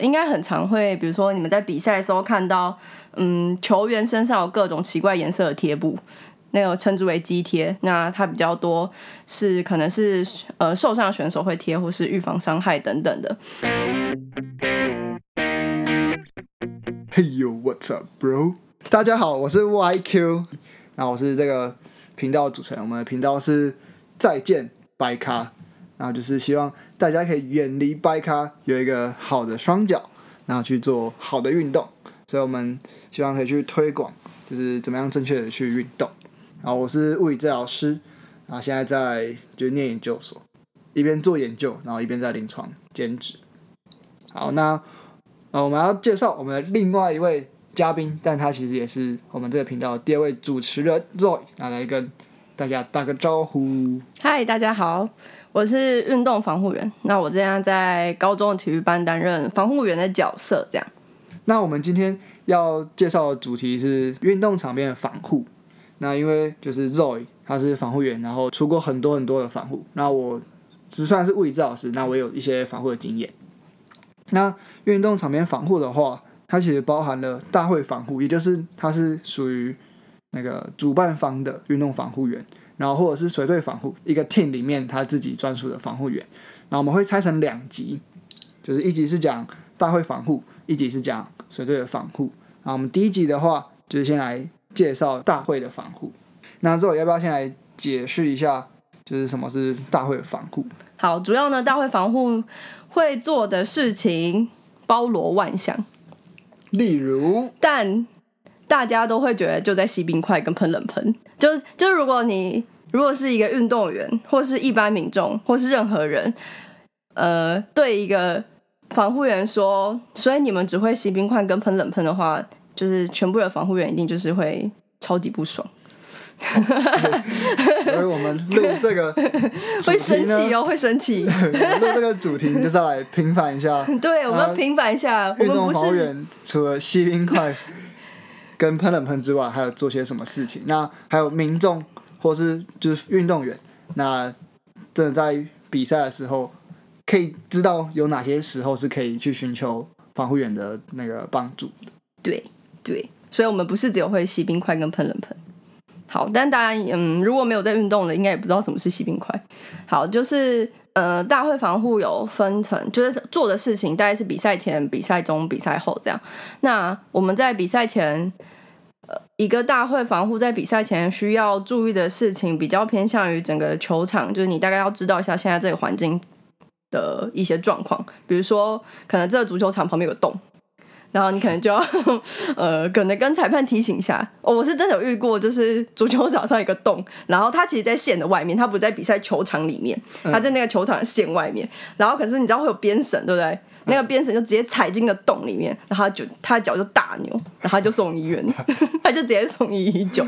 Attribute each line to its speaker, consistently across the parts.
Speaker 1: 应该很常会，比如说你们在比赛的时候看到，嗯，球员身上有各种奇怪颜色的贴布，那个称之为肌贴。那它比较多是可能是呃受伤的选手会贴，或是预防伤害等等的。
Speaker 2: Hey yo, what's up, bro？大家好，我是 YQ，然后我是这个频道的主持人。我们的频道是再见白咖，然后就是希望大家可以远离白咖，有一个好的双脚，然后去做好的运动。所以我们希望可以去推广，就是怎么样正确的去运动。然后我是物理治疗师，然后现在在就是念研究所，一边做研究，然后一边在临床兼职。好，那。呃，我们要介绍我们的另外一位嘉宾，但他其实也是我们这个频道的第二位主持人 Roy，那来跟大家打个招呼。
Speaker 1: 嗨，大家好，我是运动防护员。那我这样在高中的体育班担任防护员的角色，这样。
Speaker 2: 那我们今天要介绍的主题是运动场边的防护。那因为就是 Roy 他是防护员，然后出过很多很多的防护。那我只算是物理治疗师，那我有一些防护的经验。那运动场边防护的话，它其实包含了大会防护，也就是它是属于那个主办方的运动防护员，然后或者是随队防护，一个 team 里面他自己专属的防护员。然后我们会拆成两集，就是一集是讲大会防护，一集是讲随队的防护。然后我们第一集的话，就是先来介绍大会的防护。那之后要不要先来解释一下，就是什么是大会的防护？
Speaker 1: 好，主要呢，大会防护会做的事情包罗万象，
Speaker 2: 例如，
Speaker 1: 但大家都会觉得就在吸冰块跟喷冷喷，就就如果你如果是一个运动员，或是一般民众，或是任何人，呃，对一个防护员说，所以你们只会吸冰块跟喷冷喷的话，就是全部的防护员一定就是会超级不爽。
Speaker 2: 因为我们录 这个主
Speaker 1: 会生
Speaker 2: 题呢，
Speaker 1: 气哦，会生气。
Speaker 2: 我们 录这个主题就是要来平反一下
Speaker 1: 对，我
Speaker 2: 啊
Speaker 1: 们平反一下，我
Speaker 2: 运
Speaker 1: 们
Speaker 2: 动
Speaker 1: 不
Speaker 2: 防护
Speaker 1: 是
Speaker 2: 员除了吸 冰块跟喷冷喷之外，还有做些什么事情？那还有民众或是就是运动员，那真的在比赛的时候，可以知道有哪些时候是可以去寻求防护员的那个帮助。
Speaker 1: 对对，所以我们不是只有会吸冰块跟喷冷喷。好，但大家嗯，如果没有在运动的，应该也不知道什么是吸冰块。好，就是呃，大会防护有分成，就是做的事情大概是比赛前、比赛中、比赛后这样。那我们在比赛前，呃，一个大会防护在比赛前需要注意的事情，比较偏向于整个球场，就是你大概要知道一下现在这个环境的一些状况，比如说可能这个足球场旁边有个洞，然后你可能就要呃，可能跟裁判提醒一下。哦、我是真的有遇过，就是足球场上有一个洞，然后它其实，在线的外面，它不在比赛球场里面，它在那个球场的线外面。然后可是你知道会有边绳，对不对？那个边绳就直接踩进了洞里面，然后他就他的脚就大扭，然后他就送医院， 他就直接送医一九。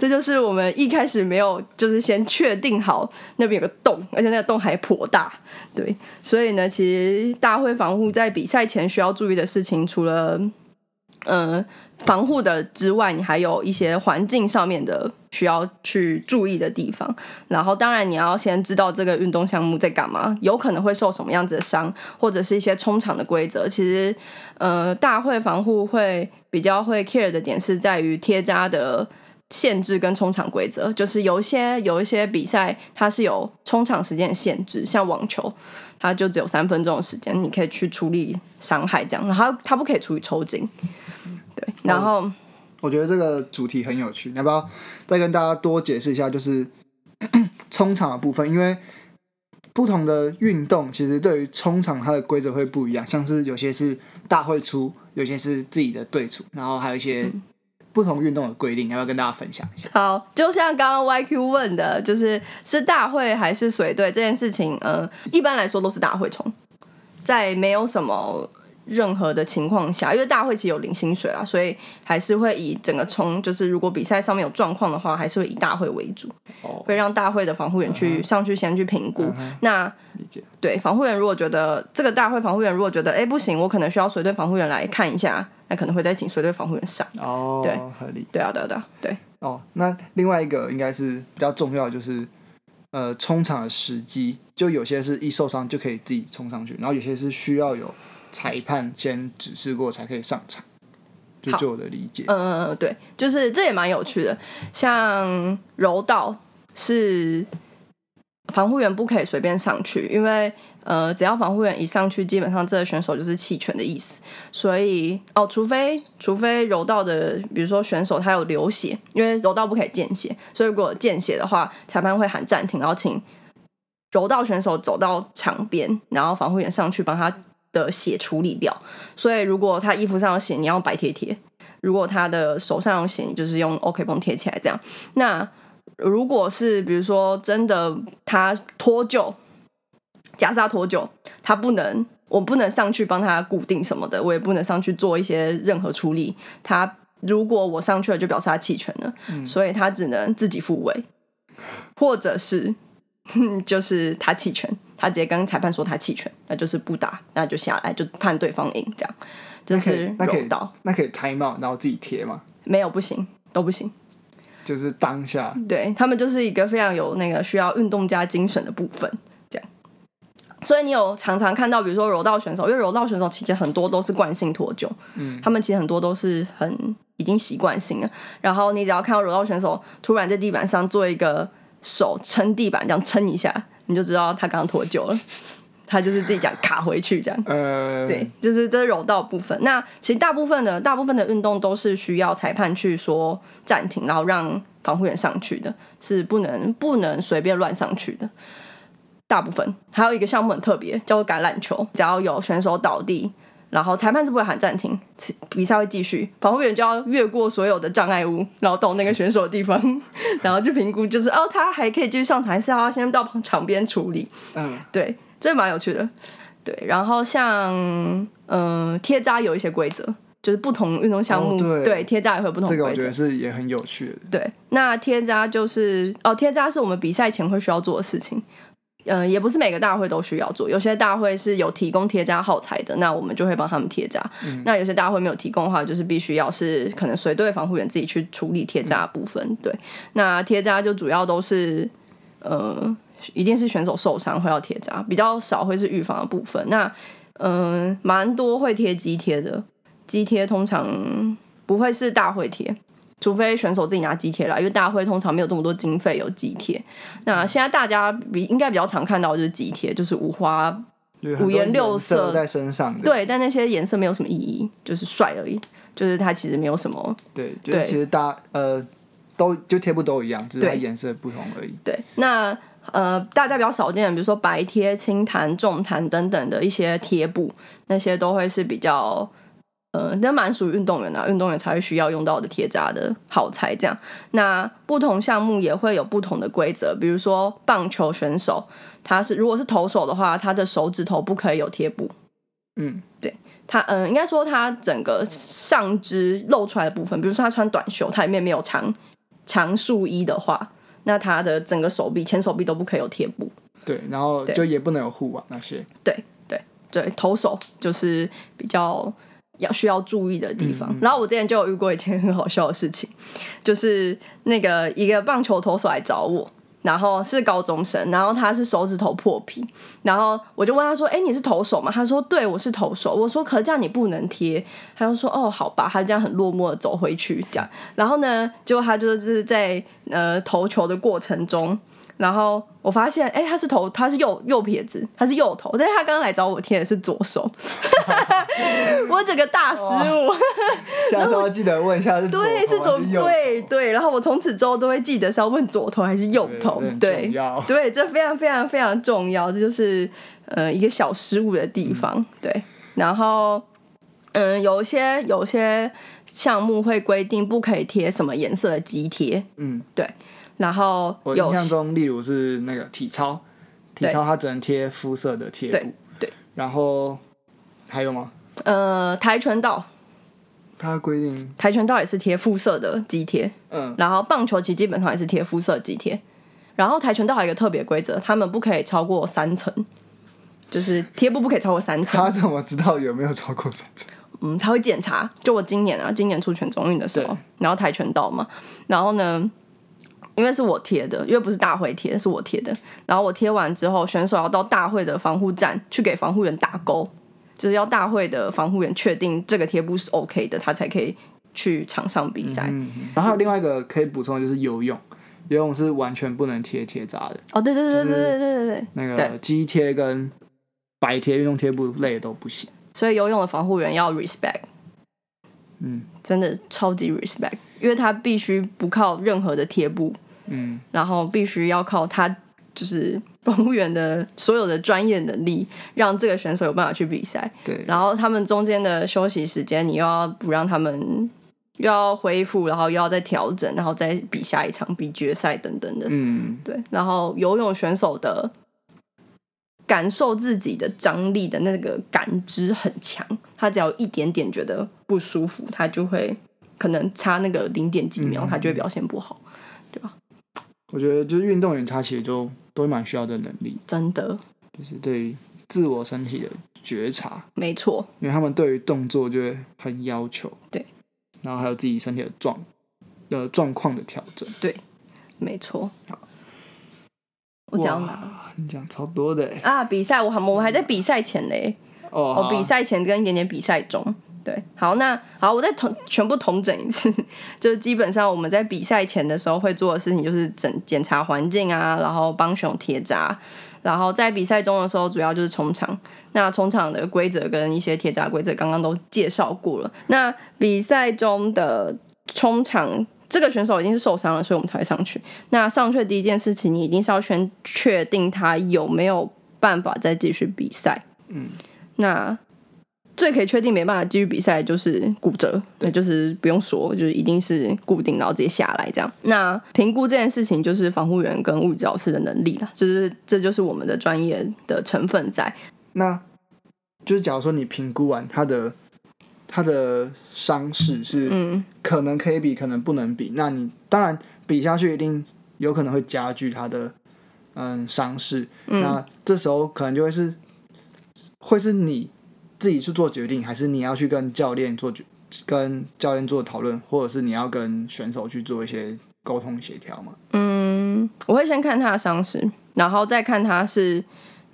Speaker 1: 这就是我们一开始没有，就是先确定好那边有个洞，而且那个洞还颇大，对。所以呢，其实大会防护在比赛前需要注意的事情，除了呃防护的之外，你还有一些环境上面的需要去注意的地方。然后，当然你要先知道这个运动项目在干嘛，有可能会受什么样子的伤，或者是一些冲场的规则。其实，呃，大会防护会比较会 care 的点是在于贴扎的。限制跟冲场规则，就是有一些有一些比赛它是有冲场时间的限制，像网球，它就只有三分钟的时间，你可以去处理伤害这样，然后它它不可以处理抽筋。对，然后
Speaker 2: 我觉得这个主题很有趣，你要不要再跟大家多解释一下？就是 冲场的部分，因为不同的运动其实对于冲场它的规则会不一样，像是有些是大会出，有些是自己的队出，然后还有一些不同运动的规定，要不要跟大家分享一下？
Speaker 1: 好，就像刚刚 YQ 问的，就是是大会还是随队这件事情，呃，一般来说都是大会冲，在没有什么任何的情况下，因为大会其实有零薪水啦，所以还是会以整个冲，就是如果比赛上面有状况的话，还是会以大会为主，
Speaker 2: 哦，
Speaker 1: 会让大会的防护员去上去先去评估。
Speaker 2: 哼
Speaker 1: 那
Speaker 2: 哦理解。
Speaker 1: 对防护员，如果觉得这个大会防护员如果觉得哎不行，我可能需要随队防护员来看一下，那可能会再请随队防护员上。
Speaker 2: 哦，
Speaker 1: 对，
Speaker 2: 合理。
Speaker 1: 对啊，对啊，对啊，对。
Speaker 2: 哦，那另外一个应该是比较重要的，就是呃冲场的时机，就有些是一受伤就可以自己冲上去，然后有些是需要有裁判先指示过才可以上场，就
Speaker 1: 好
Speaker 2: 就我的理解。
Speaker 1: 嗯嗯嗯，对，就是这也蛮有趣的。像柔道是呃防护员不可以随便上去，因为呃，只要防护员一上去，基本上这个选手就是弃权的意思。所以哦，除非除非柔道的，比如说选手他有流血，因为柔道不可以见血，所以如果见血的话，裁判会喊暂停，然后请柔道选手走到场边，然后防护员上去帮他的血处理掉。所以如果他衣服上有血，你要用白贴贴。如果他的手上有血，你就是用 OK 绷贴起来这样。那如果是比如说真的他脱臼，假设他脱臼，他不能，我不能上去帮他固定什么的，我也不能上去做一些任何处理。他如果我上去了，就表示他弃权了，
Speaker 2: 嗯
Speaker 1: 所以他只能自己复位，或者是嗯就是他弃权。他直接跟裁判说他弃权，那就是不打，那就下来，就判对方赢，这样，这
Speaker 2: 那可
Speaker 1: 是
Speaker 2: 以，那可
Speaker 1: 柔
Speaker 2: 以
Speaker 1: 道。，
Speaker 2: 那可以 time out，然后自己贴嘛，
Speaker 1: 没有不行，都不行。
Speaker 2: 就是当下。
Speaker 1: 对他们就是一个非常有那个需要运动家精神的部分，这样。所以你有常常看到，比如说柔道选手，因为柔道选手其实很多都是惯性脱臼，
Speaker 2: 嗯，
Speaker 1: 他们其实很多都是很已经习惯性了。然后你只要看到柔道选手突然在地板上做一个手撑地板，这样撑一下，你就知道他刚刚脱臼了。他就是自己讲卡回去这样。
Speaker 2: 呃，
Speaker 1: 对，，就是这是柔道部分。那其实大部分的大部分的运动都是需要裁判去说暂停，然后让防护员上去的，是不能不能随便乱上去的。大部分还有一个项目很特别，叫做橄榄球，只要有选手倒地。然后裁判是不会喊暂停，比赛会继续，防护员就要越过所有的障碍物，然后到那个选手的地方， 然后去评估，就是哦，他还可以继续上场，还是要先到场边处理？
Speaker 2: 嗯、
Speaker 1: 对，这蛮有趣的。对，然后像嗯、呃贴扎有一些规则，就是不同运动项目、
Speaker 2: 哦对
Speaker 1: 贴扎也会有不同
Speaker 2: 这个我
Speaker 1: 规
Speaker 2: 觉
Speaker 1: 则
Speaker 2: 得。是也很有趣的。
Speaker 1: 对，那贴扎就是哦，贴扎是我们比赛前会需要做的事情。嗯、也不是每个大会都需要做，有些大会是有提供贴扎耗材的，那我们就会帮他们贴扎。那有些大会没有提供的话，就是必须要是可能随队防护员自己去处理贴扎的部分。对，那贴扎就主要都是呃，一定是选手受伤会要贴扎，比较少会是预防的部分。那嗯、呃蛮多会贴肌贴的，肌贴通常不会是大会贴，除非选手自己拿肌贴啦，因为大会通常没有这么多经费有肌贴。那现在大家比应该比较常看到的就是肌贴，就是五花
Speaker 2: 就是很多
Speaker 1: 五颜六
Speaker 2: 颜
Speaker 1: 色
Speaker 2: 在身上的，
Speaker 1: 对，但那些颜色没有什么意义，就是帅而已，就是它其实没有什么
Speaker 2: 对，就是
Speaker 1: 对
Speaker 2: 其实大呃都就贴布都一样，只是它
Speaker 1: 对
Speaker 2: 颜色不同而已。
Speaker 1: 对，那呃，大家比较少见的，比如说白贴、青弹、重弹等等的一些贴布，那些都会是比较呃，那蛮属于运动员啊，运动员才会需要用到的贴扎的耗材。这样，那不同项目也会有不同的规则，比如说棒球选手，他是如果是投手的话，他的手指头不可以有贴布。
Speaker 2: 嗯，
Speaker 1: 他嗯，应该说他整个上肢露出来的部分，比如说他穿短袖，它里面没有长长束衣的话，那他的整个手臂、前手臂都不可以有贴布。
Speaker 2: 对，然后
Speaker 1: 对
Speaker 2: 就也不能有护网那些。
Speaker 1: 对对对，投手就是比较要需要注意的地方。然后我之前就有遇过一件很好笑的事情，就是那个一个棒球投手来找我。然后是高中生，然后他是手指头破皮，然后我就问他说：“哎，你是投手吗？”他说：“对，我是投手。”我说：“可是这样你不能贴。”他就说：“哦，好吧。”他就这样很落寞的走回去，这样。然后呢，结果他就是在呃投球的过程中，然后我发现，哎、他是投，他是右右撇子，他是右投，但是他刚刚来找我贴的是左手， 我整个大失误。
Speaker 2: 下次要记得问一下是左
Speaker 1: 对，是
Speaker 2: 左
Speaker 1: 左对对，然后我从此之后都会记得是要问左头还是右头
Speaker 2: 对，这很
Speaker 1: 对
Speaker 2: 重要
Speaker 1: 对，这非常非常非常重要，这就是呃一个小失误的
Speaker 2: 嗯
Speaker 1: 地方，对，然后嗯、有一些有一些项目会规定不可以贴什么颜色的肌贴，
Speaker 2: 嗯，
Speaker 1: 对，然后
Speaker 2: 我
Speaker 1: 有
Speaker 2: 印象中，例如是那个体操，体
Speaker 1: 对
Speaker 2: 操它只能贴肤色的贴布
Speaker 1: 对。对，
Speaker 2: 然后还有吗？
Speaker 1: 呃跆拳道，
Speaker 2: 它规定，
Speaker 1: 跆拳道也是贴肤色的肌贴，
Speaker 2: 嗯，
Speaker 1: 然后棒球其实基本上也是贴肤色肌贴，然后跆拳道还有一个特别规则，他们不可以超过三层，就是贴布不可以超过三层
Speaker 2: 他。怎么知道有没有超过三层？
Speaker 1: 嗯，他会检查。就我今年啊，今年出全中运的时候
Speaker 2: 对，
Speaker 1: 然后跆拳道嘛，然后呢，因为是我贴的，因为不是大会贴，是我贴的。然后我贴完之后，选手要到大会的防护站去给防护员打勾，就是要大会的防护员确定这个贴布是 OK 的，他才可以去场上比赛。
Speaker 2: 嗯，然后还有另外一个可以补充的就是游泳，游泳是完全不能贴贴扎的，
Speaker 1: 哦，对对对对
Speaker 2: 就是
Speaker 1: 对对对对，
Speaker 2: 那个
Speaker 1: 对
Speaker 2: 肌贴跟白贴、运动贴布类的都不行。
Speaker 1: 所以游泳的防护员要 respect，
Speaker 2: 嗯
Speaker 1: 真的超级 respect，因为他必须不靠任何的贴布，
Speaker 2: 嗯，
Speaker 1: 然后必须要靠他就是防护员的所有的专业能力，让这个选手有办法去比赛。
Speaker 2: 对，
Speaker 1: 然后他们中间的休息时间，你又要不让他们又要恢复，然后又要再调整，然后再比下一场、比决赛等等的。
Speaker 2: 嗯
Speaker 1: 对，然后游泳选手的感受自己的张力的那个感知很强，他只要有一点点觉得不舒服，他就会可能差那个零点几秒，
Speaker 2: 嗯
Speaker 1: 他就会表现不好。
Speaker 2: 我觉得就是运动员他其实都都蛮需要的能力，
Speaker 1: 真的，
Speaker 2: 就是对于自我身体的觉察，
Speaker 1: 没错，
Speaker 2: 因为他们对于动作就会很要求。
Speaker 1: 对，
Speaker 2: 然后还有自己身体的状呃状况的调整。
Speaker 1: 没错
Speaker 2: 好。
Speaker 1: 我讲哪？
Speaker 2: 哇，你讲超多的欸
Speaker 1: 啊，比赛我还我们还在比赛前嘞，
Speaker 2: 哦，好
Speaker 1: 哦
Speaker 2: 啊，
Speaker 1: 比赛前跟一点点比赛中。对，好，那好，我再统全部统整一次， 就是基本上我们在比赛前的时候会做的事情，就是整检查环境啊，然后帮熊贴扎，然后在比赛中的时候主要就是冲场。那冲场的规则跟一些贴扎规则刚刚都介绍过了。那比赛中的冲场，这个选手已经是受伤了，所以我们才会上去。那上去的第一件事情，你一定是要先确定他有没有办法再继续比赛。
Speaker 2: 嗯
Speaker 1: 那最可以确定没办法继续比赛就是骨折，那就是不用说，就是一定是固定，然后直接下来这样。那评估这件事情就是防护员跟物理治疗师的能力啦，就是这就是我们的专业的成分在。
Speaker 2: 那就是假如说你评估完他的他的伤势是
Speaker 1: 嗯，
Speaker 2: 可能可以比，可能不能比，那你当然比下去一定有可能会加剧他的嗯伤势，那这时候可能就会是会是你自己去做决定，还是你要去跟教练做决跟教练做讨论，或者是你要跟选手去做一些沟通协调嘛？
Speaker 1: 嗯，我会先看他的伤势，然后再看他是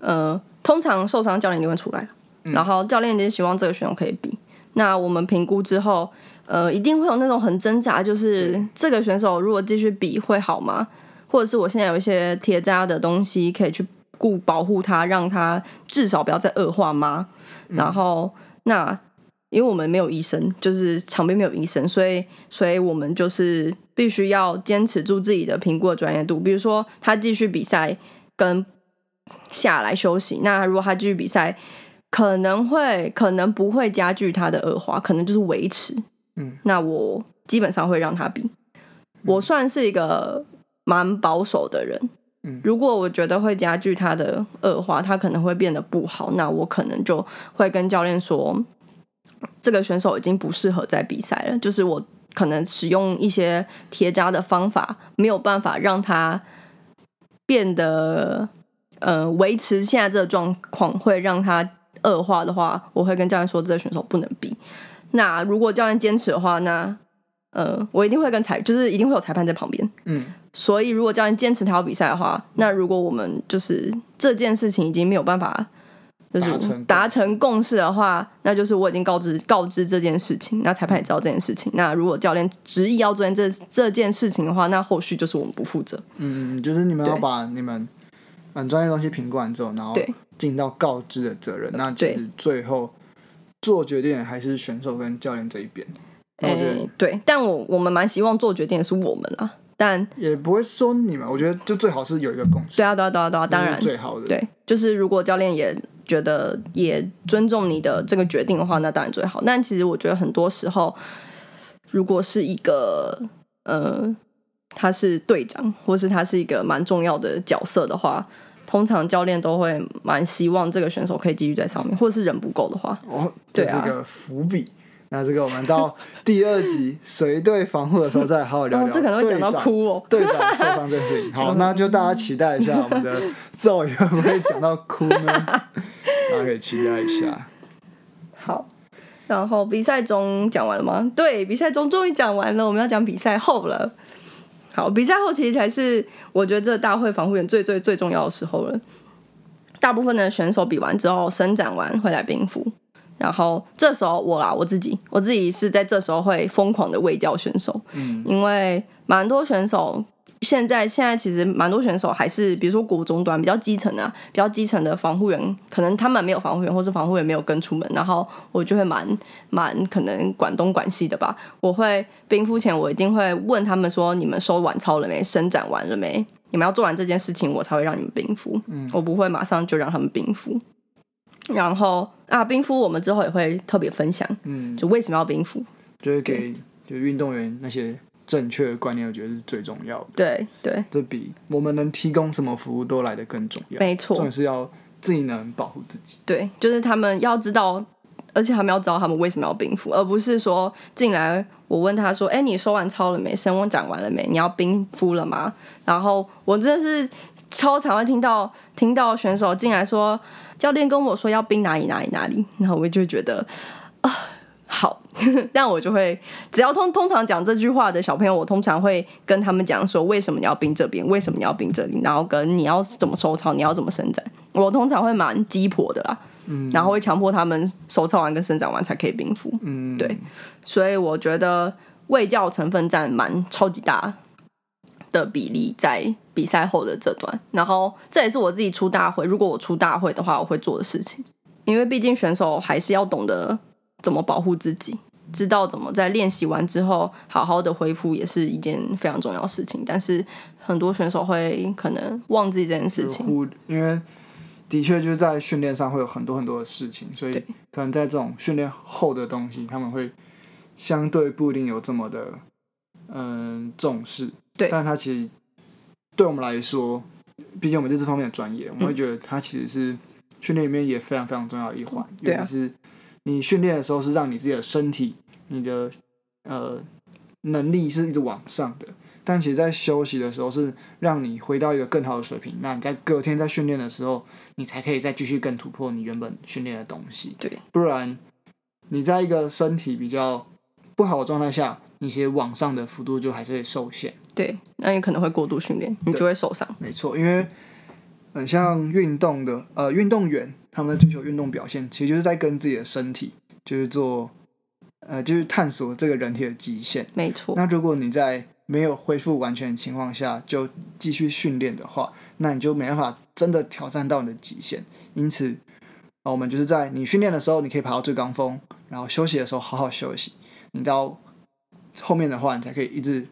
Speaker 1: 呃，通常受伤教练就会出来了，然后教练就希望这个选手可以比。那我们评估之后，呃，一定会有那种很挣扎，就是这个选手如果继续比会好吗？或者是我现在有一些贴扎的东西可以去顾保护他，让他至少不要再恶化吗？然后那因为我们没有医生，就是场边没有医生，所以所以我们就是必须要坚持住自己的评估的专业度。比如说，他继续比赛跟下来休息，那如果他继续比赛，可能会可能不会加剧他的恶化，可能就是维持。
Speaker 2: 嗯，
Speaker 1: 那我基本上会让他比。我算是一个蛮保守的人，
Speaker 2: 嗯
Speaker 1: 如果我觉得会加剧他的恶化，他可能会变得不好，那我可能就会跟教练说，这个选手已经不适合再比赛了，就是我可能使用一些贴扎的方法，没有办法让他变得呃维持现在这个状况，会让他恶化的话，我会跟教练说这个选手不能比。那如果教练坚持的话，那呃我一定会跟裁，就是一定会有裁判在旁边。
Speaker 2: 嗯
Speaker 1: 所以，如果教练坚持他要比赛的话，那如果我们就是这件事情已经没有办法，就
Speaker 2: 达成
Speaker 1: 是
Speaker 2: 共识
Speaker 1: 达成共识的话，那就是我已经告知告知这件事情，那裁判也知道这件事情。那如果教练执意要做这这件事情的话，那后续就是我们不负责。
Speaker 2: 嗯，就是你们要
Speaker 1: 对
Speaker 2: 把你们嗯专业东西评估完之后，然后
Speaker 1: 对
Speaker 2: 尽到告知的责任。那其
Speaker 1: 对
Speaker 2: 实最后做决定的还是选手跟教练这一边。那我觉得
Speaker 1: 诶对，但我我们蛮希望做决定的是我们啦，但
Speaker 2: 也不会说你们，我觉得就最好是有一个共识
Speaker 1: 对，啊，对啊，对啊，对啊，当
Speaker 2: 那
Speaker 1: 然
Speaker 2: 是，最好的。，
Speaker 1: 对，就是如果教练也觉得也尊重你的这个决定的话，那当然最好。但其实我觉得很多时候，如果是一个呃，他是队长，或是他是一个蛮重要的角色的话，通常教练都会蛮希望这个选手可以继续在上面，或是人不够的话，
Speaker 2: 哦，这
Speaker 1: 对
Speaker 2: 是
Speaker 1: 啊
Speaker 2: 个伏笔。那这个我们到第二集谁对防护的时候再好好聊
Speaker 1: 然后
Speaker 2: 聊。
Speaker 1: 这可能会讲到哭哦。
Speaker 2: 队长。队长受伤这件事情，好，那就大家期待一下我们的咒语会不会讲到哭呢？ 大家可以期待一下。
Speaker 1: 好，然后比赛中讲完了吗？对，比赛中终于讲完了，我们要讲比赛后了。好，比赛后其实才是我觉得这大会防护员最最最重要的时候了。大部分的选手比完之后伸展完会来冰敷，然后这时候我啦，我自己我自己是在这时候会疯狂的喂教选手，嗯，因为蛮多选手现在现在其实蛮多选手还是比如说国中端比较基层的、啊，比较基层的防护员，可能他们没有防护员，或是防护员没有跟出门，然后我就会蛮蛮可能管东管西的吧。我会冰敷前，我一定会问他们说：你们收完操了没？伸展完了没？你们要做完这件事情，我才会让你们冰敷。嗯，我不会马上就让他们冰敷。然后啊，冰敷我们之后也会特别分享，
Speaker 2: 嗯，
Speaker 1: 就为什么要冰敷？
Speaker 2: 就是给就运动员那些正确的观念，我觉得是最重要的。
Speaker 1: 对对，
Speaker 2: 这比我们能提供什么服务都来得更重要。
Speaker 1: 没
Speaker 2: 重
Speaker 1: 错
Speaker 2: 点，是要自己能保护自己。
Speaker 1: 对，就是他们要知道，而且他们要知道他们为什么要冰敷，而不是说进来我问他说：“哎，你收完操了没？升温展完了没？你要冰敷了吗？”然后我真的是超常会听到听到选手进来说：“教练跟我说要冰哪里哪里哪里。”然后我就觉得啊、好， 但我就会只要通通常讲这句话的小朋友，我通常会跟他们讲说：“为什么你要冰这边？为什么你要冰这里？然后跟你要怎么收操，你要怎么伸展。”我通常会蛮鸡婆的啦。然后会强迫他们手操完跟生长完才可以冰敷，
Speaker 2: 嗯，
Speaker 1: 对，所以我觉得卫教成分占蛮超级大的比例在比赛后的这段，然后这也是我自己出大会，如果我出大会的话，我会做的事情，因为毕竟选手还是要懂得怎么保护自己，知道怎么在练习完之后好好的恢复，也是一件非常重要的事情，但是很多选手会可能忘记这件事
Speaker 2: 就是
Speaker 1: 情，
Speaker 2: 忽，因为的确就是在训练上会有很多很多的事情，所以
Speaker 1: 对
Speaker 2: 可能在这种训练后的东西，他们会相对不一定有这么的嗯重视。
Speaker 1: 对
Speaker 2: 但它其实对我们来说，毕竟我们对这方面的专业，我
Speaker 1: 嗯
Speaker 2: 们会觉得它其实是训练里面也非常非常重要的一环，
Speaker 1: 对啊
Speaker 2: 尤其是你训练的时候是让你自己的身体、你的呃能力是一直往上的。但其实，在休息的时候是让你回到一个更好的水平。那你在隔天在训练的时候，你才可以再继续更突破你原本训练的东西。
Speaker 1: 对，
Speaker 2: 不然你在一个身体比较不好的状态下，你其实往上的幅度就还是会受限。
Speaker 1: 对，那也可能会过度训练，你就会受伤，
Speaker 2: 没错，因为很像运动的呃运动员，他们在追求运动表现，其实就是在跟自己的身体就是做呃就是探索这个人体的极限。
Speaker 1: 没错。
Speaker 2: 那如果你在没有恢复完全的情况下就继续训练的话，那你就没办法真的挑战到你的极限。因此，啊，我们就是在你训练的时候，你可以爬到最高峰，然后休息的时候好好休息。你到后面的话，你才可以一直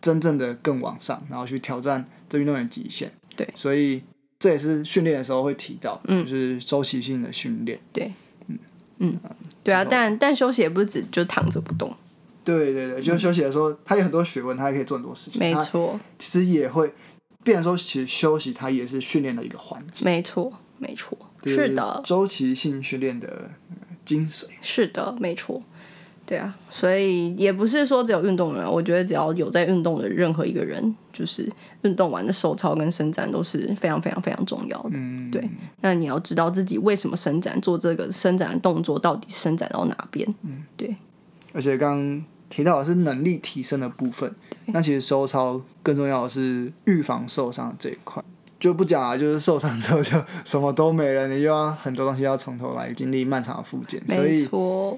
Speaker 2: 真正的更往上，然后去挑战这运动员极限。
Speaker 1: 对
Speaker 2: 所以这也是训练的时候会提到，
Speaker 1: 嗯
Speaker 2: 就是周期性的训练。
Speaker 1: 对，嗯嗯，对啊，
Speaker 2: 之后
Speaker 1: 但但休息也不是只就躺着不动，
Speaker 2: 对对对，就是休息的时候，它有很多学问，它也可以做很多事情。
Speaker 1: 嗯没
Speaker 2: 它
Speaker 1: 错，
Speaker 2: 其实也会，变成说其实休息它也是训练的一个环节，
Speaker 1: 没错，没错，
Speaker 2: 就是
Speaker 1: 的，
Speaker 2: 周期性训练的呃精髓。
Speaker 1: 是的，没错，对啊，所以也不是说只有运动员，我觉得只要有在运动的任何一个人，就是运动完的手操跟伸展都是非常非常非常重要的。
Speaker 2: 嗯，
Speaker 1: 对，那你要知道自己为什么伸展，做这个伸展的动作到底伸展到哪边？
Speaker 2: 嗯而且刚刚提到的是能力提升的部分，那其实收操更重要的是预防受伤这一块。就不讲啊，就是受伤之后就什么都没了，你又要很多东西要从头来，经历漫长的复健。所
Speaker 1: 没
Speaker 2: 以，
Speaker 1: 错，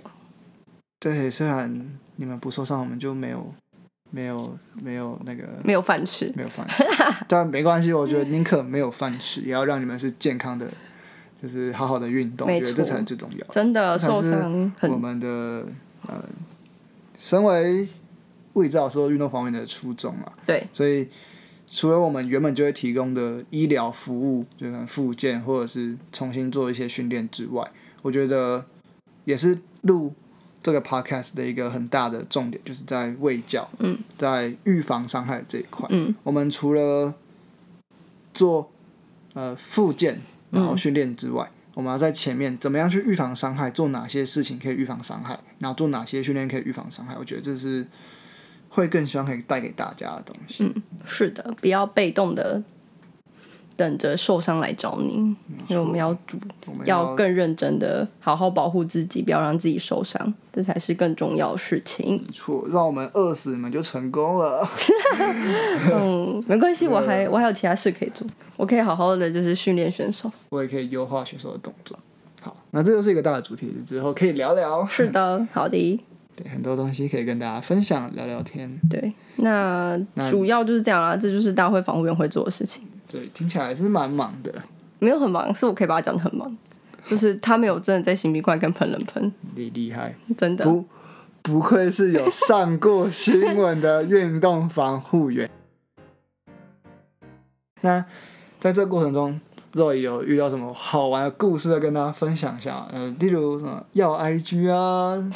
Speaker 2: 对，虽然你们不受伤，我们就没有没有没有那个
Speaker 1: 没有饭吃，
Speaker 2: 没有 饭吃，但没关系，我觉得宁可没有饭吃，也要让你们是健康的，就是好好的运动，我
Speaker 1: 没
Speaker 2: 觉得
Speaker 1: 错
Speaker 2: 这才是最重要的。
Speaker 1: 真的
Speaker 2: 这才
Speaker 1: 受
Speaker 2: 是
Speaker 1: 伤
Speaker 2: 我
Speaker 1: 很
Speaker 2: 们的呃，身为物理治疗师或运动方面的初衷啊，
Speaker 1: 对，
Speaker 2: 所以除了我们原本就会提供的医疗服务，就是可能复健或者是重新做一些训练之外，我觉得也是录这个 podcast 的一个很大的重点，就是在卫教，
Speaker 1: 嗯，
Speaker 2: 在预防伤害这一块，
Speaker 1: 嗯，
Speaker 2: 我们除了做呃复健然
Speaker 1: 嗯
Speaker 2: 后训练之外。我们要在前面怎么样去预防伤害，做哪些事情可以预防伤害，然后做哪些训练可以预防伤害，我觉得这是会更希望可以带给大家的东西。
Speaker 1: 嗯是的，不要被动的等着受伤来找你，因为我们要主
Speaker 2: 我们
Speaker 1: 要更认真的好好保护自己，不要让自己受伤，这才是更重要的事情。
Speaker 2: 没错，让我们饿死你们就成功了。
Speaker 1: 嗯，没关系，我还我还
Speaker 2: 嗯
Speaker 1: 有其他事可以做，我可以好好的就是训练选手。
Speaker 2: 我也可以优化选手的动作。好，那这就是一个大的主题，之后可以聊聊。
Speaker 1: 是的，好的，
Speaker 2: 对，很多东西可以跟大家分享聊聊天。
Speaker 1: 对，那
Speaker 2: 那
Speaker 1: 主要就是这样啊啦，这就是大会防护员会做的事情，
Speaker 2: 对，听起来是蛮忙的，
Speaker 1: 没有很忙，是我可以把它讲的很忙，就是他没有真的在新兵快跟喷人喷，
Speaker 2: 你厉害，
Speaker 1: 真的，
Speaker 2: 不不愧是有上过新闻的运动防护员。 那在这过程中，若有遇到什么好玩的故事要跟大家分享一下？呃，例如什么要 IG 啊，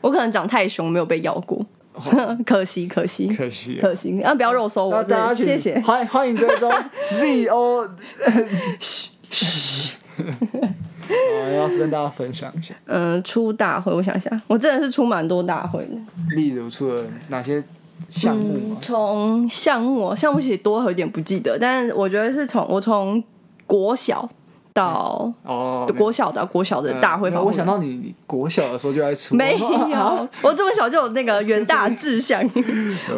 Speaker 1: 我可能讲太凶，没有被咬过， 可惜可惜
Speaker 2: 哦可惜了。
Speaker 1: 可惜，啊不要肉搜
Speaker 2: 那
Speaker 1: 我，
Speaker 2: 大家
Speaker 1: 是
Speaker 2: 请
Speaker 1: 谢谢。
Speaker 2: 欢欢迎追 踪 Z O，我要跟大家分享一下，
Speaker 1: 嗯，出大会，我想一下，我真的是出蛮多大会的。
Speaker 2: 例如出了哪些项目
Speaker 1: 嗯
Speaker 2: 啊？
Speaker 1: 从项目哦项目其实多和有点不记得，但是我觉得是从我从国小到、
Speaker 2: 哦，没有
Speaker 1: 国小到国小的大会
Speaker 2: 没
Speaker 1: 访问，
Speaker 2: 有嗯我想到你你国小的时候就在出，
Speaker 1: 没
Speaker 2: 啊
Speaker 1: 有，我这么小就有那个远大志 向。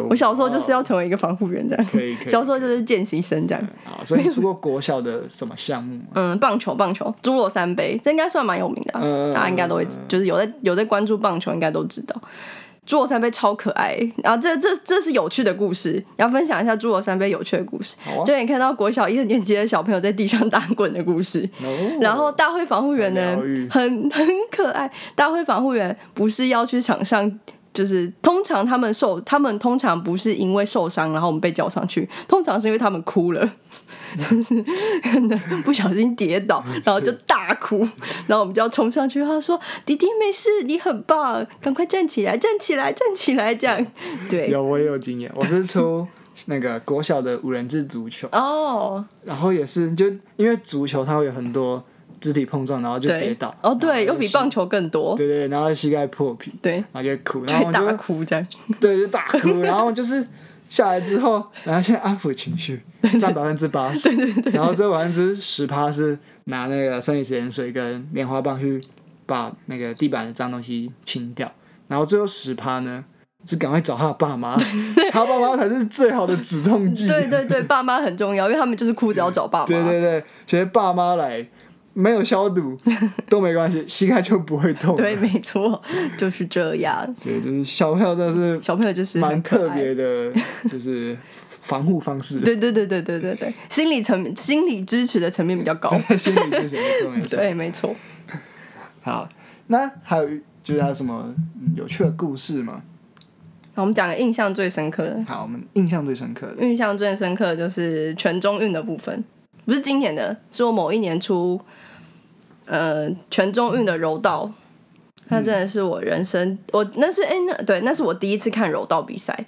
Speaker 1: 我小时候就是要成为一个防护员这样，
Speaker 2: 哦可以可以
Speaker 1: 小时候就是见习生这样。
Speaker 2: 啊，所以你出过国小的什么项目 吗？
Speaker 1: 嗯，棒球，棒球，侏罗三杯，这应该算蛮有名的、啊，
Speaker 2: 嗯
Speaker 1: 大家应该都会，就是有在有在关注棒球，应该都知道。侏罗三杯超可爱，然后这这这是有趣的故事，要分享一下侏罗三杯有趣的故事。
Speaker 2: 好啊
Speaker 1: 就你看到国小一二年级的小朋友在地上打滚的故事，
Speaker 2: No
Speaker 1: 然后大会防护员呢
Speaker 2: 很疗愈，
Speaker 1: 很很可爱。大会防护员不是要去场上，就是通常他们受，他们通常不是因为受伤，然后我们被叫上去，通常是因为他们哭了， 就是可能不小心跌倒，
Speaker 2: 嗯
Speaker 1: 然后就大哭，然后我们就要冲上去，然后说：“弟弟没事，你很棒，赶快站起来，站起来，站起来。”这样，对，
Speaker 2: 有我也有经验，我是出那个国小的五人制足球，
Speaker 1: 哦，
Speaker 2: 然后也是就因为足球它会有很多肢体碰撞，然后就跌
Speaker 1: 对
Speaker 2: 倒，，嗯
Speaker 1: 哦，对，
Speaker 2: 然
Speaker 1: 又
Speaker 2: 后就
Speaker 1: 比
Speaker 2: 膝
Speaker 1: 棒球更多，
Speaker 2: 对对对，然后膝盖破皮，
Speaker 1: 对，
Speaker 2: 然后就哭，然后
Speaker 1: 对，
Speaker 2: 我
Speaker 1: 大
Speaker 2: 就
Speaker 1: 哭这样。
Speaker 2: 对就 大哭，然后就是。下来之后，然后先安抚 情绪，占百分之八十，然后这百分之十趴是拿那个生理食盐水跟棉花棒去把那个地板的脏东西清掉，然后最后十趴呢是赶快找他的爸妈， 他爸妈才是最好的止痛剂。
Speaker 1: 对对对，爸妈很重要，因为他们就是哭着要找爸妈。
Speaker 2: 对对对，其实爸妈来没有消毒都没关系，膝盖就不会 痛。
Speaker 1: 对没错，就是这样。
Speaker 2: 对，就是小朋友真的是
Speaker 1: 小朋友就是很
Speaker 2: 蛮特
Speaker 1: 可爱
Speaker 2: 别。的，就是防护方式。
Speaker 1: 对对对对对对对，心理层面、心理支持的层面比 较高。
Speaker 2: 心理支持没错没错。
Speaker 1: 对，没错。
Speaker 2: 好，那还有就是还有什么嗯有趣的故事吗？
Speaker 1: 那我们讲个印象最深刻的，
Speaker 2: 好，我们印象最深刻的，
Speaker 1: 印象最深刻的就是全中运的部分，不是今年的，是我某一年出，呃，全中运的柔道，那真的是我人生，我那是哎、那对，那是我第一次看柔道比赛，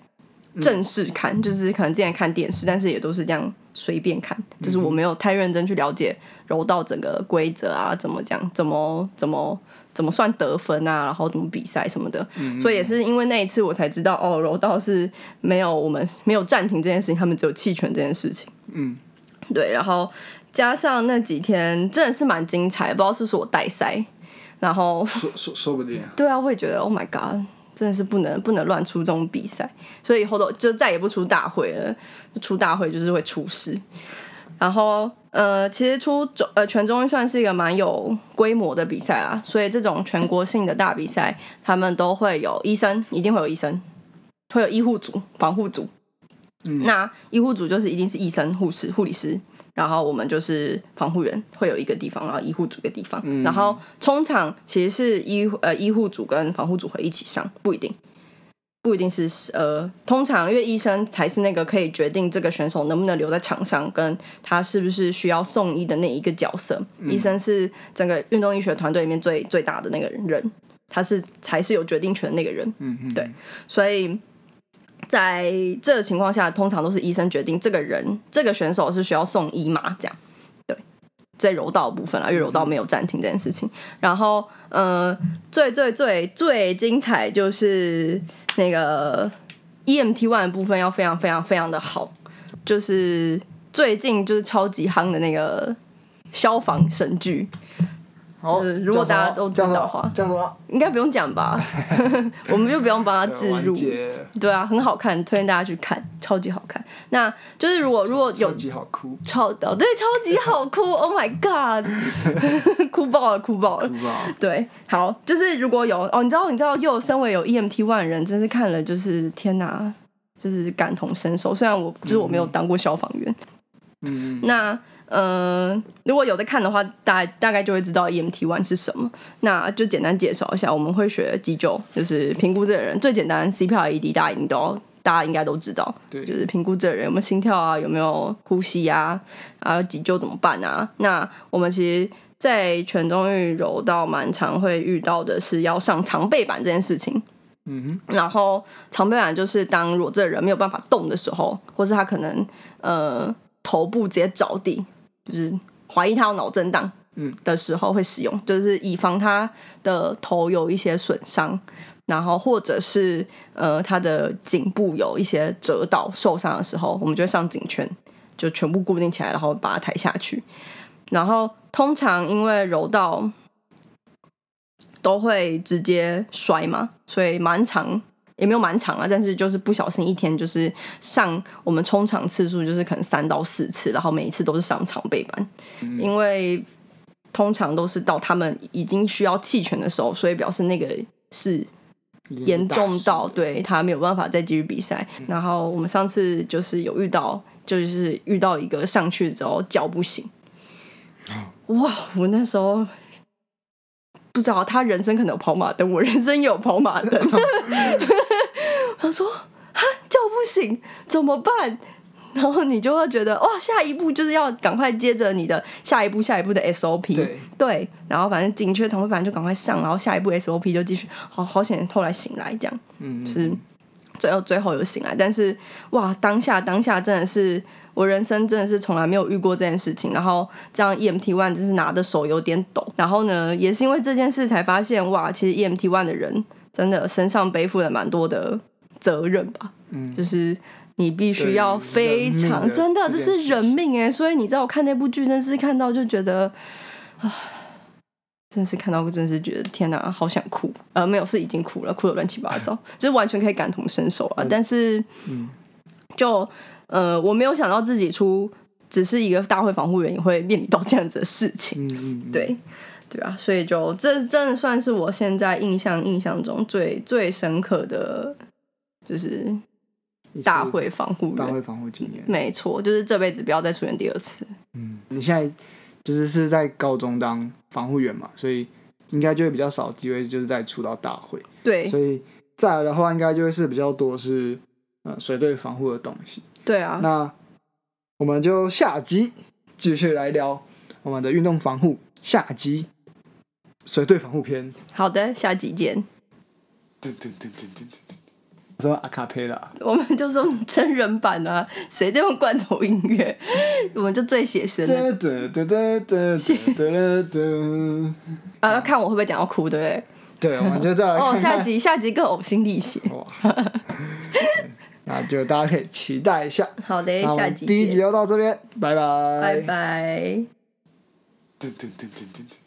Speaker 1: 正式看，就是可能之前看电视，但是也都是这样随便看，就是我没有太认真去了解柔道整个规则啊，怎么讲，怎么怎么怎么算得分啊，然后怎么比赛什么的，所以也是因为那一次我才知道，哦，柔道是没有我们没有暂停这件事情，他们只有弃权这件事情。
Speaker 2: 嗯，
Speaker 1: 对，然后加上那几天真的是蛮精彩，不知道是不是我带赛，然后
Speaker 2: 说说说不定啊，
Speaker 1: 对啊，我也觉得，Oh my God，真的是不能不能乱出这种比赛，所以以后都就再也不出大会了，出大会就是会出事。然后呃，其实出中呃全中运算是一个蛮有规模的比赛啦，所以这种全国性的大比赛，他们都会有医生，一定会有医生，会有医护组、防护组。
Speaker 2: 嗯
Speaker 1: 那医护组就是一定是医生、护士、护理师，然后我们就是防护员，会有一个地方，然后医护组一个地方，然后通常其实是医呃医护组跟防护组会一起上，不一定。不一定是呃，通常因为医生才是那个可以决定这个选手能不能留在场上，跟他是不是需要送医的那一个角色。医生是整个运动医学团队里面最最大的那个人，他是才是有决定权的那个人。
Speaker 2: 嗯嗯，
Speaker 1: 对所以在这个情况下，通常都是医生决定这个人、这个选手是需要送医吗？这样，对，在柔道的部分啦，啊因为柔道没有暂停这件事情。然后，呃，最最最最精彩就是那个 EMT one 的部分要非常非常非常的好，就是最近就是超级夯的那个消防神剧。
Speaker 2: 好，
Speaker 1: 呃如果大家都知道的话
Speaker 2: 这样子吗，
Speaker 1: 应该不用讲吧？ 我们就不用帮他
Speaker 2: 这
Speaker 1: 置
Speaker 2: 样子吗
Speaker 1: 入
Speaker 2: 呃完。结
Speaker 1: 对啊，很好看，推荐大家去看，超级好看。那就是如果如果有
Speaker 2: 超级好哭，
Speaker 1: 超哦，对，超级好哭 ，Oh my God，哭爆了，哭爆了
Speaker 2: 哭。吧，
Speaker 1: 对，好，就是如果有哦，你知道，你知道，又身为有 E EMT one 的人，真是看了就是天哪，就是感同身受。虽然我就是我没有当过消防员，
Speaker 2: 嗯，
Speaker 1: 那呃，如果有在看的话，大大概就会知道 EMT one 是什么。那就简单介绍一下，我们会学急救，就是评估这个人最简单 CPR、ED，大家一 E 定都大家应该都知道，
Speaker 2: 对
Speaker 1: 就是评估这个人有没有心跳啊，有没有呼吸啊，啊急救怎么办啊？那我们其实。在全中运柔道蛮常会遇到的是要上长背板这件事情，
Speaker 2: 嗯哼，
Speaker 1: 然后长背板就是当如果这个人没有办法动的时候，或是他可能呃头部直接着地，就是怀疑他有脑震荡，
Speaker 2: 嗯
Speaker 1: 的时候会使用，就是以防他的头有一些损伤，然后或者是呃他的颈部有一些折倒受伤的时候，我们就会上颈圈，就全部固定起来，然后把他抬下去。然后通常因为柔道都会直接摔嘛，所以蛮长。也没有蛮长啊，但是就是不小心一天就是上我们冲场次数就是可能三到四次，然后每一次都是上长背板，因为通常都是到他们已经需要弃权的时候，所以表示那个是
Speaker 2: 已经是
Speaker 1: 严重到
Speaker 2: 大事了，嗯
Speaker 1: 对他没有办法再继续比赛。然后我们上次就是有遇到，就是遇到一个上去之后脚不行，
Speaker 2: 哦
Speaker 1: 哇！我那时候不知道他人生可能有跑马灯，我人生也有跑马 灯。他说：“哈，叫不醒，怎么办？”然后你就会觉得哇，下一步就是要赶快接着你的下一步、下一步的 SOP。
Speaker 2: 对
Speaker 1: 对，然后反正紧缺常会，反正就赶快上，然后下一步 SOP 就继续。好好险，后来醒来这样，
Speaker 2: 嗯，
Speaker 1: 是最后最后有醒来，但是哇，当下当下真的是我人生真的是从来没有遇过这件事情。然后这样 EMT one 真是拿的手有点抖。然后呢，也是因为这件事才发现哇，其实 EMT one 的人真的身上背负了蛮多的责任吧。
Speaker 2: 嗯
Speaker 1: 就是你必须要非常
Speaker 2: 对人
Speaker 1: 真
Speaker 2: 命
Speaker 1: 的，
Speaker 2: 的
Speaker 1: 这
Speaker 2: 这件
Speaker 1: 是
Speaker 2: 事情
Speaker 1: 人命哎、所以你知道我看那部剧，真是看到就觉得啊，真是看到真是觉得天哪、好想哭。呃，没有，是已经哭了，哭的乱七八 糟，就是完全可以感同身受啊。但是，
Speaker 2: 嗯
Speaker 1: 就呃，我没有想到自己出只是一个大会防护员，也会面临到这样子的事情。
Speaker 2: 嗯嗯，嗯，
Speaker 1: 对，对啊，所以就这真的算是我现在印象印象中最最深刻的，就是
Speaker 2: 一次
Speaker 1: 大会防护
Speaker 2: 大
Speaker 1: 员。
Speaker 2: 会防护经验，
Speaker 1: 没错，就是这辈子不要再出现第二次。
Speaker 2: 嗯，你现在就是是在高中当防护员嘛，所以应该就会比较少机会就是在出到大会，
Speaker 1: 对
Speaker 2: 所以再来的话，应该就会是比较多是呃水队防护的东西。
Speaker 1: 对啊，
Speaker 2: 那我们就下集继续来聊我们的运动防护下集水队防护篇。
Speaker 1: 好的，下集见。
Speaker 2: 嘟嘟嘟嘟嘟嘟嘟我说阿卡佩拉，
Speaker 1: 我们就用真人版啊，谁在用罐头音乐？ 我们就最写生的
Speaker 2: 哒哒哒哒哒哒哒。
Speaker 1: 啊，看我会不会讲到哭，对不 对？
Speaker 2: 对，我们就再来看
Speaker 1: 哦，
Speaker 2: 看
Speaker 1: 下集下集更呕心沥血。
Speaker 2: 哇，对那就大家可以期待一下。
Speaker 1: 好的，
Speaker 2: 那我
Speaker 1: 哎下
Speaker 2: 们
Speaker 1: 集
Speaker 2: 第一集
Speaker 1: 见，
Speaker 2: 就到这边，拜
Speaker 1: 拜拜。
Speaker 2: 嘟嘟嘟嘟嘟嘟